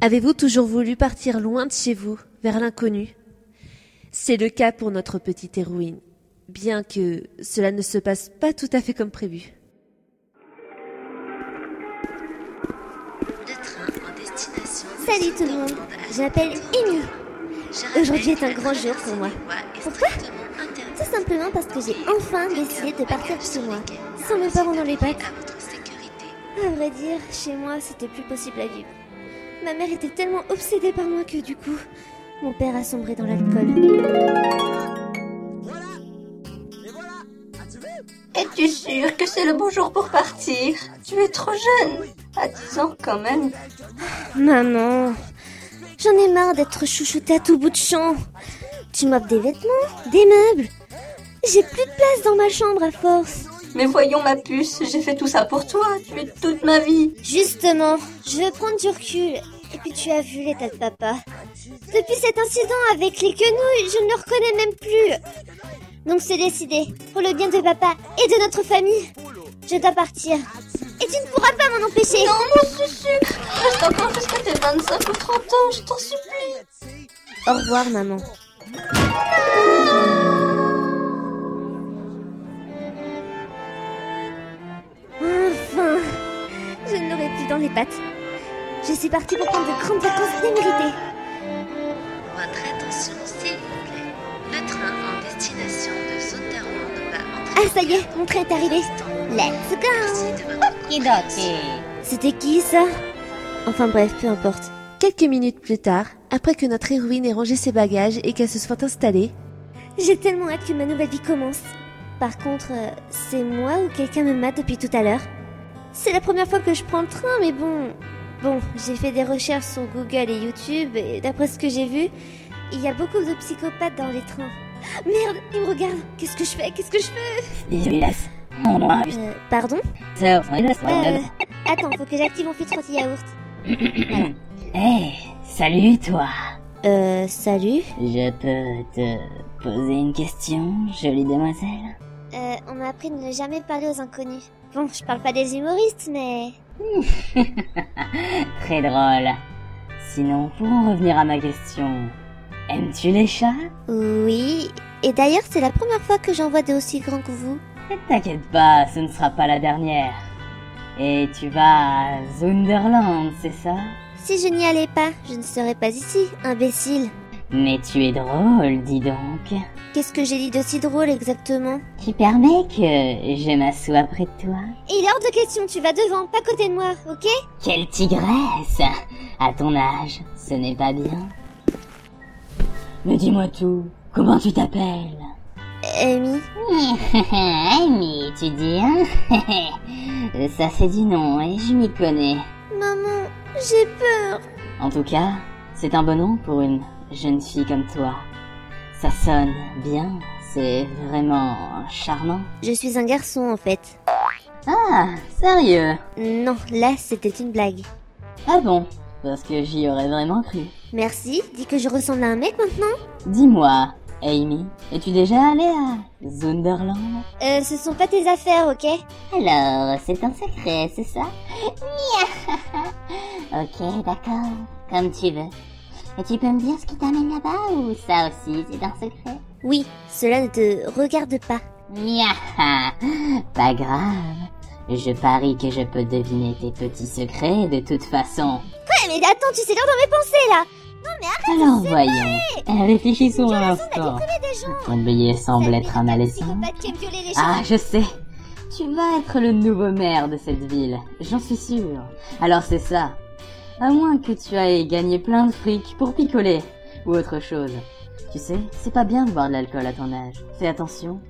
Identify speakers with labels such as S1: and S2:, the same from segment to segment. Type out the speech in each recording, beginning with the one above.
S1: Avez-vous toujours voulu partir loin de chez vous, vers l'inconnu C'est le cas pour notre petite héroïne, bien que cela ne se passe pas tout à fait comme prévu.
S2: Salut tout le monde, je m'appelle Amy. Aujourd'hui est un grand jour pour moi. Pourquoi Tout simplement parce que j'ai enfin décidé de partir de chez moi, sans mes parents dans les pattes. À vrai dire, chez moi, c'était plus possible à vivre. Ma mère était tellement obsédée par moi que du coup, mon père a sombré dans l'alcool.
S3: Voilà Et voilà As-tu vu
S4: Es-tu sûr que c'est le bon jour pour partir Tu es trop jeune. À 10 ans quand même.
S2: Maman, j'en ai marre d'être chouchoutée à tout bout de champ. Tu m'offres des vêtements, des meubles. J'ai plus de place dans ma chambre à force.
S4: Mais voyons ma puce, j'ai fait tout ça pour toi. Tu es toute ma vie.
S2: Justement, je veux prendre du recul. Et puis tu as vu l'état de papa. Depuis cet incident avec les quenouilles, je ne le reconnais même plus. Donc c'est décidé, pour le bien de papa et de notre famille, je dois partir. Et tu ne pourras pas m'en empêcher.
S4: Non mon susu Reste encore jusqu'à tes 25 ou 30 ans, je t'en supplie.
S2: Au revoir maman. Enfin, je n'aurai plus dans les pattes. Je suis partie pour prendre de grandes vacances déméritées.
S5: Votre attention, s'il vous plaît. Le train en destination de Sauterland va entrer.
S2: Ah ça y est, mon train est arrivé. Let's go
S5: Merci de votre
S2: C'était qui ça Enfin bref, peu importe.
S1: Quelques minutes plus tard, après que notre héroïne ait rangé ses bagages et qu'elle se soit installée,
S2: J'ai tellement hâte que ma nouvelle vie commence. Par contre, euh, c'est moi ou quelqu'un me mate depuis tout à l'heure C'est la première fois que je prends le train, mais bon... Bon, j'ai fait des recherches sur Google et YouTube, et d'après ce que j'ai vu, il y a beaucoup de psychopathes dans les trains. Ah, Merde, ils me regardent Qu'est-ce que je fais Qu'est-ce que je fais Euh, Pardon Euh, Attends, faut que j'active mon filtre anti-yaourt.
S6: Hey, salut toi.
S2: Euh, salut
S6: Je peux te poser une question, jolie demoiselle
S2: Euh, on m'a appris de ne jamais parler aux inconnus. Bon, je parle pas des humoristes, mais...
S6: Très drôle. Sinon, pour en revenir à ma question, aimes-tu les chats
S2: Oui, et d'ailleurs, c'est la première fois que j'en vois des aussi grands que vous.
S6: Ne t'inquiète pas, ce ne sera pas la dernière. Et tu vas à Zunderland, c'est ça
S2: Si je n'y allais pas, je ne serais pas ici, imbécile.
S6: Mais tu es drôle, dis donc.
S2: Qu'est-ce que j'ai dit de si drôle exactement
S6: Tu permets que je m'assoie près de toi
S2: Et il est hors de question, tu vas devant, pas à côté de moi, ok
S6: Quelle tigresse À ton âge, ce n'est pas bien. Mais dis-moi tout, comment tu t'appelles
S2: Amy
S6: Amy, tu dis, hein Ça fait du nom, et je m'y connais.
S2: Maman, j'ai peur.
S6: En tout cas, c'est un bon nom pour une jeune fille comme toi. Ça sonne bien, c'est vraiment charmant.
S2: Je suis un garçon en fait.
S6: Ah, sérieux
S2: Non, là, c'était une blague.
S6: Ah bon Parce que j'y aurais vraiment cru.
S2: Merci, dis que je ressemble à un mec maintenant
S6: Dis-moi, Amy, es-tu déjà allée à Zunderland
S2: Euh, ce sont pas tes affaires, ok
S6: Alors, c'est un secret, c'est ça Mia Ok, d'accord, comme tu veux. Et tu peux me dire ce qui t'amène là-bas ou ça aussi, c'est un secret
S2: Oui, cela ne te regarde pas.
S6: Mia Pas grave. Je parie que je peux deviner tes petits secrets de toute façon.
S2: Ouais, Eh, mais attends, tu sais l'heure dans mes pensées là
S6: Alors voyons, Eh, réfléchissons un instant.
S2: des gens
S6: Ton billet semble être un malaisant.
S2: psychopathe qui aime violer les
S6: Ah, je sais. Tu vas être le nouveau maire de cette ville, j'en suis sûre. Alors c'est ça. À moins que tu ailles gagner plein de fric pour picoler ou autre chose. Tu sais, c'est pas bien de boire de l'alcool à ton âge. Fais attention.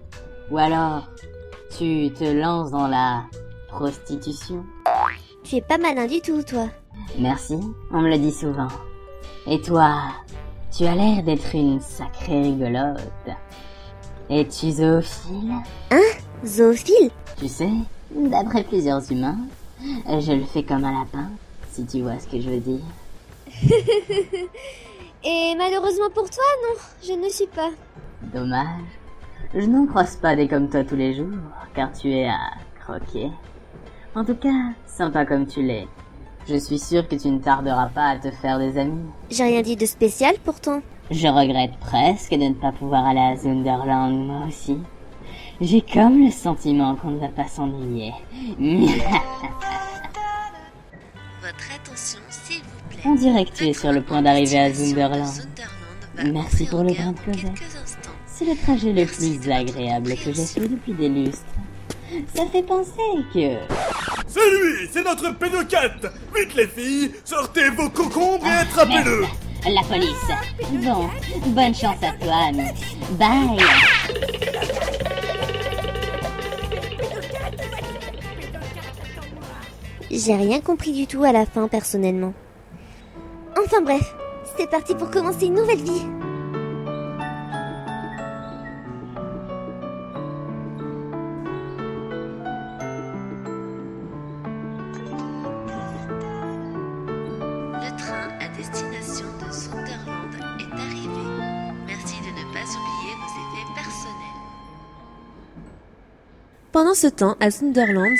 S6: Ou alors, tu te lances dans la prostitution.
S2: Tu es pas malin du tout, toi.
S6: Merci, on me le dit souvent. Et toi, tu as l'air d'être une sacrée rigolote. Es-tu zoophile
S2: Zoophile
S6: Tu sais, d'après plusieurs humains, euh, je le fais comme un lapin, si tu vois ce que je veux dire.
S2: Et malheureusement pour toi, non, je ne suis pas.
S6: Dommage. Je n'en croise pas des comme toi tous les jours, car tu es à croquer. En tout cas, sympa comme tu l'es. Je suis sûre que tu ne tarderas pas à te faire des amis.
S2: J'ai rien dit de spécial pourtant.
S6: Je regrette presque de ne pas pouvoir aller à Zunderland, moi aussi. J'ai comme le sentiment qu'on ne va pas s'ennuyer.
S5: Votre attention, s'il vous plaît.
S6: On dirait que tu es
S5: Votre
S6: sur le point d'arriver à
S5: destination de
S6: Zunderland.
S5: Sunderland va
S6: Merci
S5: ouvrir
S6: pour
S5: aux
S6: le
S5: gares
S6: bain de
S5: dans
S6: Cosette.
S5: quelques instants.
S6: C'est le trajet le
S5: Merci de
S6: plus
S5: votre
S6: agréable que j'ai
S5: compréhension.
S6: fait depuis des lustres. Ça fait penser que...
S7: C'est lui, c'est notre pédocate Vite les filles, sortez vos concombres et attrapez-le
S6: La police. Bon, bonne chance à toi, ami. Bye.
S2: J'ai rien compris du tout à la fin personnellement. Enfin bref, c'est parti pour commencer une nouvelle vie.
S5: Le train à destination de Sunderland est arrivé. Merci de ne pas oublier vos effets personnels.
S1: Pendant ce temps, à Sunderland,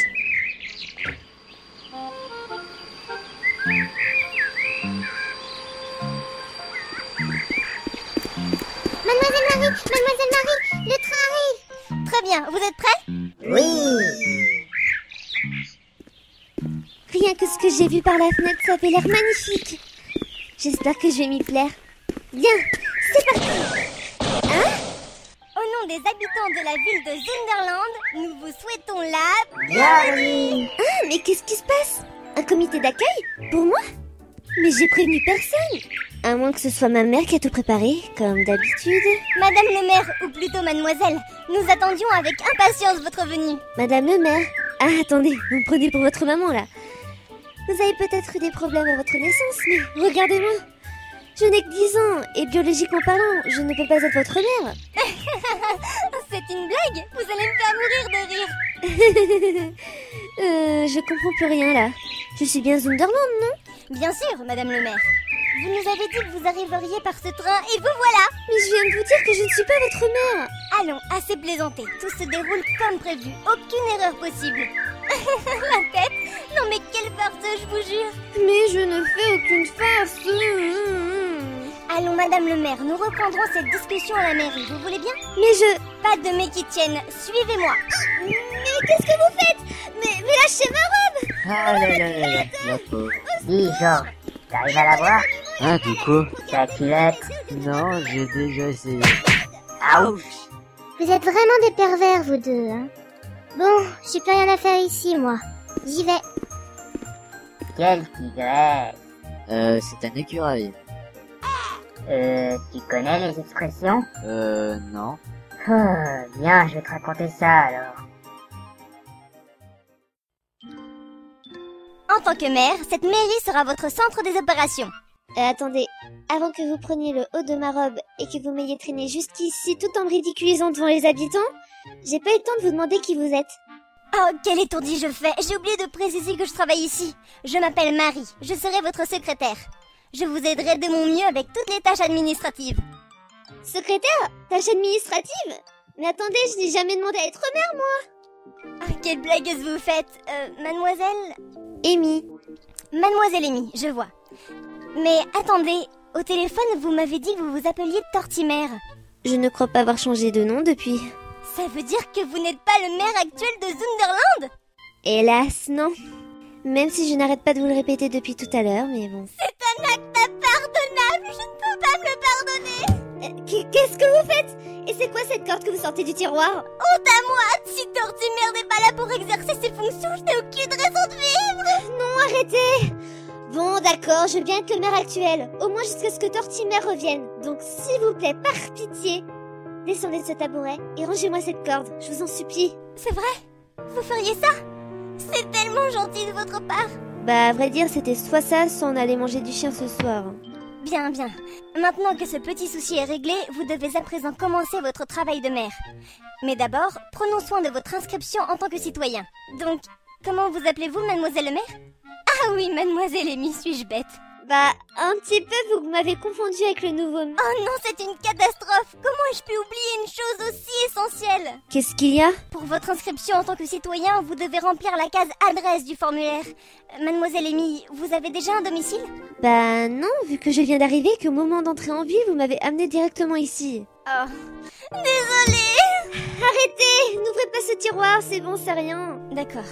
S2: Mademoiselle Marie, mademoiselle Marie, le train arrive Très bien, vous êtes prêts Oui Rien que ce que j'ai vu par la fenêtre, ça avait l'air magnifique J'espère que je vais m'y plaire. Bien, c'est parti Hein Au nom des habitants de la ville de Zunderland, nous vous souhaitons la... Bienvenue Ah, mais qu'est-ce qui se passe Un comité d'accueil Pour moi Mais j'ai prévenu personne à moins que ce soit ma mère qui a tout préparé, comme d'habitude.
S8: Madame le maire, ou plutôt mademoiselle, nous attendions avec impatience votre venue.
S2: Madame le maire Ah, attendez, vous me prenez pour votre maman, là. Vous avez peut-être eu des problèmes à votre naissance, mais regardez-moi Je n'ai que 10 ans, et biologiquement parlant, je ne peux pas être votre mère
S8: C'est une blague Vous allez me faire mourir de rire.
S2: Euh, je comprends plus rien, là. Je suis bien Zunderland, non
S8: Bien sûr, madame le maire. Vous nous avez dit que vous arriveriez par ce train et vous voilà
S2: Mais je viens de vous dire que je ne suis pas votre mère
S8: Allons, assez plaisanter. Tout se déroule comme prévu. Aucune erreur possible. La tête Non mais quelle farce, je vous jure
S2: Mais je ne fais aucune farce
S8: Allons, madame le maire, nous reprendrons cette discussion à la mairie. Vous voulez bien
S2: Mais je...
S8: Pas de mais qui tiennent, suivez-moi
S2: Mais qu'est-ce que vous faites mais, mais lâchez ma robe
S9: Ah là là là là, la pauvre. Dis Jean, t'arrives à la voir
S10: Ah, du coup
S9: Ta culotte
S10: Non, j'ai déjà essayé.
S9: Ah ouf
S8: Vous êtes vraiment des pervers, vous deux, hein Bon, j'ai plus rien à faire ici, moi. J'y vais.
S9: Quelle tigresse
S10: Euh, c'est un écureuil.
S9: Euh, tu connais les expressions
S10: Euh, non.
S9: Pfff, Viens, je vais te raconter ça alors.
S8: En tant que maire, cette mairie sera votre centre des opérations.
S2: Euh, attendez, avant que vous preniez le haut de ma robe et que vous m'ayez traîné jusqu'ici tout en me ridiculisant devant les habitants, j'ai pas eu le temps de vous demander qui vous êtes.
S8: Oh, quel étourdi je fais J'ai oublié de préciser que je travaille ici. Je m'appelle Marie, je serai votre secrétaire. Je vous aiderai de mon mieux avec toutes les tâches administratives.
S2: Secrétaire Tâche administrative Mais attendez, je n'ai jamais demandé à être mère, moi
S8: Ah, quelle blagueuse vous faites Euh, mademoiselle
S2: Amy,
S8: Mademoiselle Amy, je vois. Mais attendez, au téléphone, vous m'avez dit que vous vous appeliez Tortimer.
S2: je ne crois pas avoir changé de nom depuis.
S8: Ça veut dire que vous n'êtes pas le maire actuel de Zunderland
S2: Hélas, non. Même si je n'arrête pas de vous le répéter depuis tout à l'heure, mais bon.
S8: C'est un acte impardonnable, je ne peux pas me le pardonner
S2: Euh, qu- Qu'est-ce que vous faites Et c'est quoi cette corde que vous sortez du tiroir
S8: Honte à moi Si Tortimer n'est pas là pour exercer ses fonctions, je n'ai aucune raison de vivre
S2: Non, arrêtez Bon, d'accord, je veux bien être le maire actuel, au moins jusqu'à ce que Tortimer revienne. Donc, s'il vous plaît, par pitié, descendez de ce tabouret et rangez-moi cette corde, je vous en supplie.
S8: C'est vrai Vous feriez ça C'est tellement gentil de votre part
S2: Bah, à vrai dire, c'était soit ça, soit on allait manger du chien ce soir.
S8: Bien, bien. Maintenant que ce petit souci est réglé, vous devez à présent commencer votre travail de maire. Mais d'abord, prenons soin de votre inscription en tant que citoyen. Donc, comment vous appelez-vous, mademoiselle le maire Ah oui, mademoiselle Amy, suis-je bête
S11: Bah, un petit peu, vous m'avez confondu avec le nouveau maire.
S2: Oh non, c'est une catastrophe Comment ai-je pu oublier une chose aussi essentielle
S11: Qu'est-ce qu'il y a
S2: Pour votre inscription en tant que citoyen, vous devez remplir la case adresse du formulaire. Euh, Mademoiselle Amy, vous avez déjà un domicile
S11: Bah non, vu que je viens d'arriver et qu'au moment d'entrer en ville, vous m'avez amené directement ici.
S2: Oh. Désolée
S11: Arrêtez N'ouvrez pas ce tiroir, c'est bon, c'est rien.
S2: D'accord.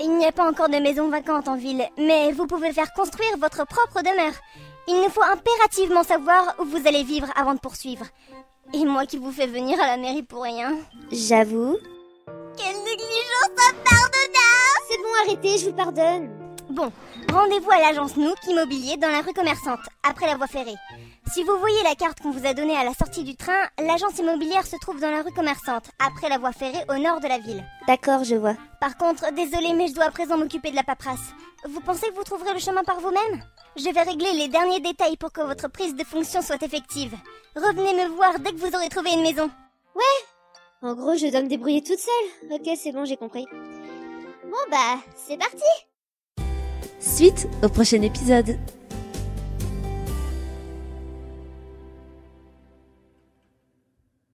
S2: Il n'y a pas encore de maison vacante en ville, mais vous pouvez faire construire votre propre demeure. Il nous faut impérativement savoir où vous allez vivre avant de poursuivre. Et moi qui vous fais venir à la mairie pour rien.
S11: J'avoue.
S2: Quelle négligence à part de dame
S11: C'est bon, arrêtez, je vous pardonne.
S2: Bon, rendez-vous à l'agence Nook Immobilier dans la rue commerçante, après la voie ferrée. Si vous voyez la carte qu'on vous a donnée à la sortie du train, l'agence immobilière se trouve dans la rue commerçante, après la voie ferrée au nord de la ville.
S11: D'accord, je vois.
S2: Par contre, désolé, mais je dois à présent m'occuper de la paperasse. Vous pensez que vous trouverez le chemin par vous-même Je vais régler les derniers détails pour que votre prise de fonction soit effective. Revenez me voir dès que vous aurez trouvé une maison.
S11: Ouais En gros, je dois me débrouiller toute seule. Ok, c'est bon, j'ai compris.
S2: Bon bah, c'est parti
S1: Suite au prochain épisode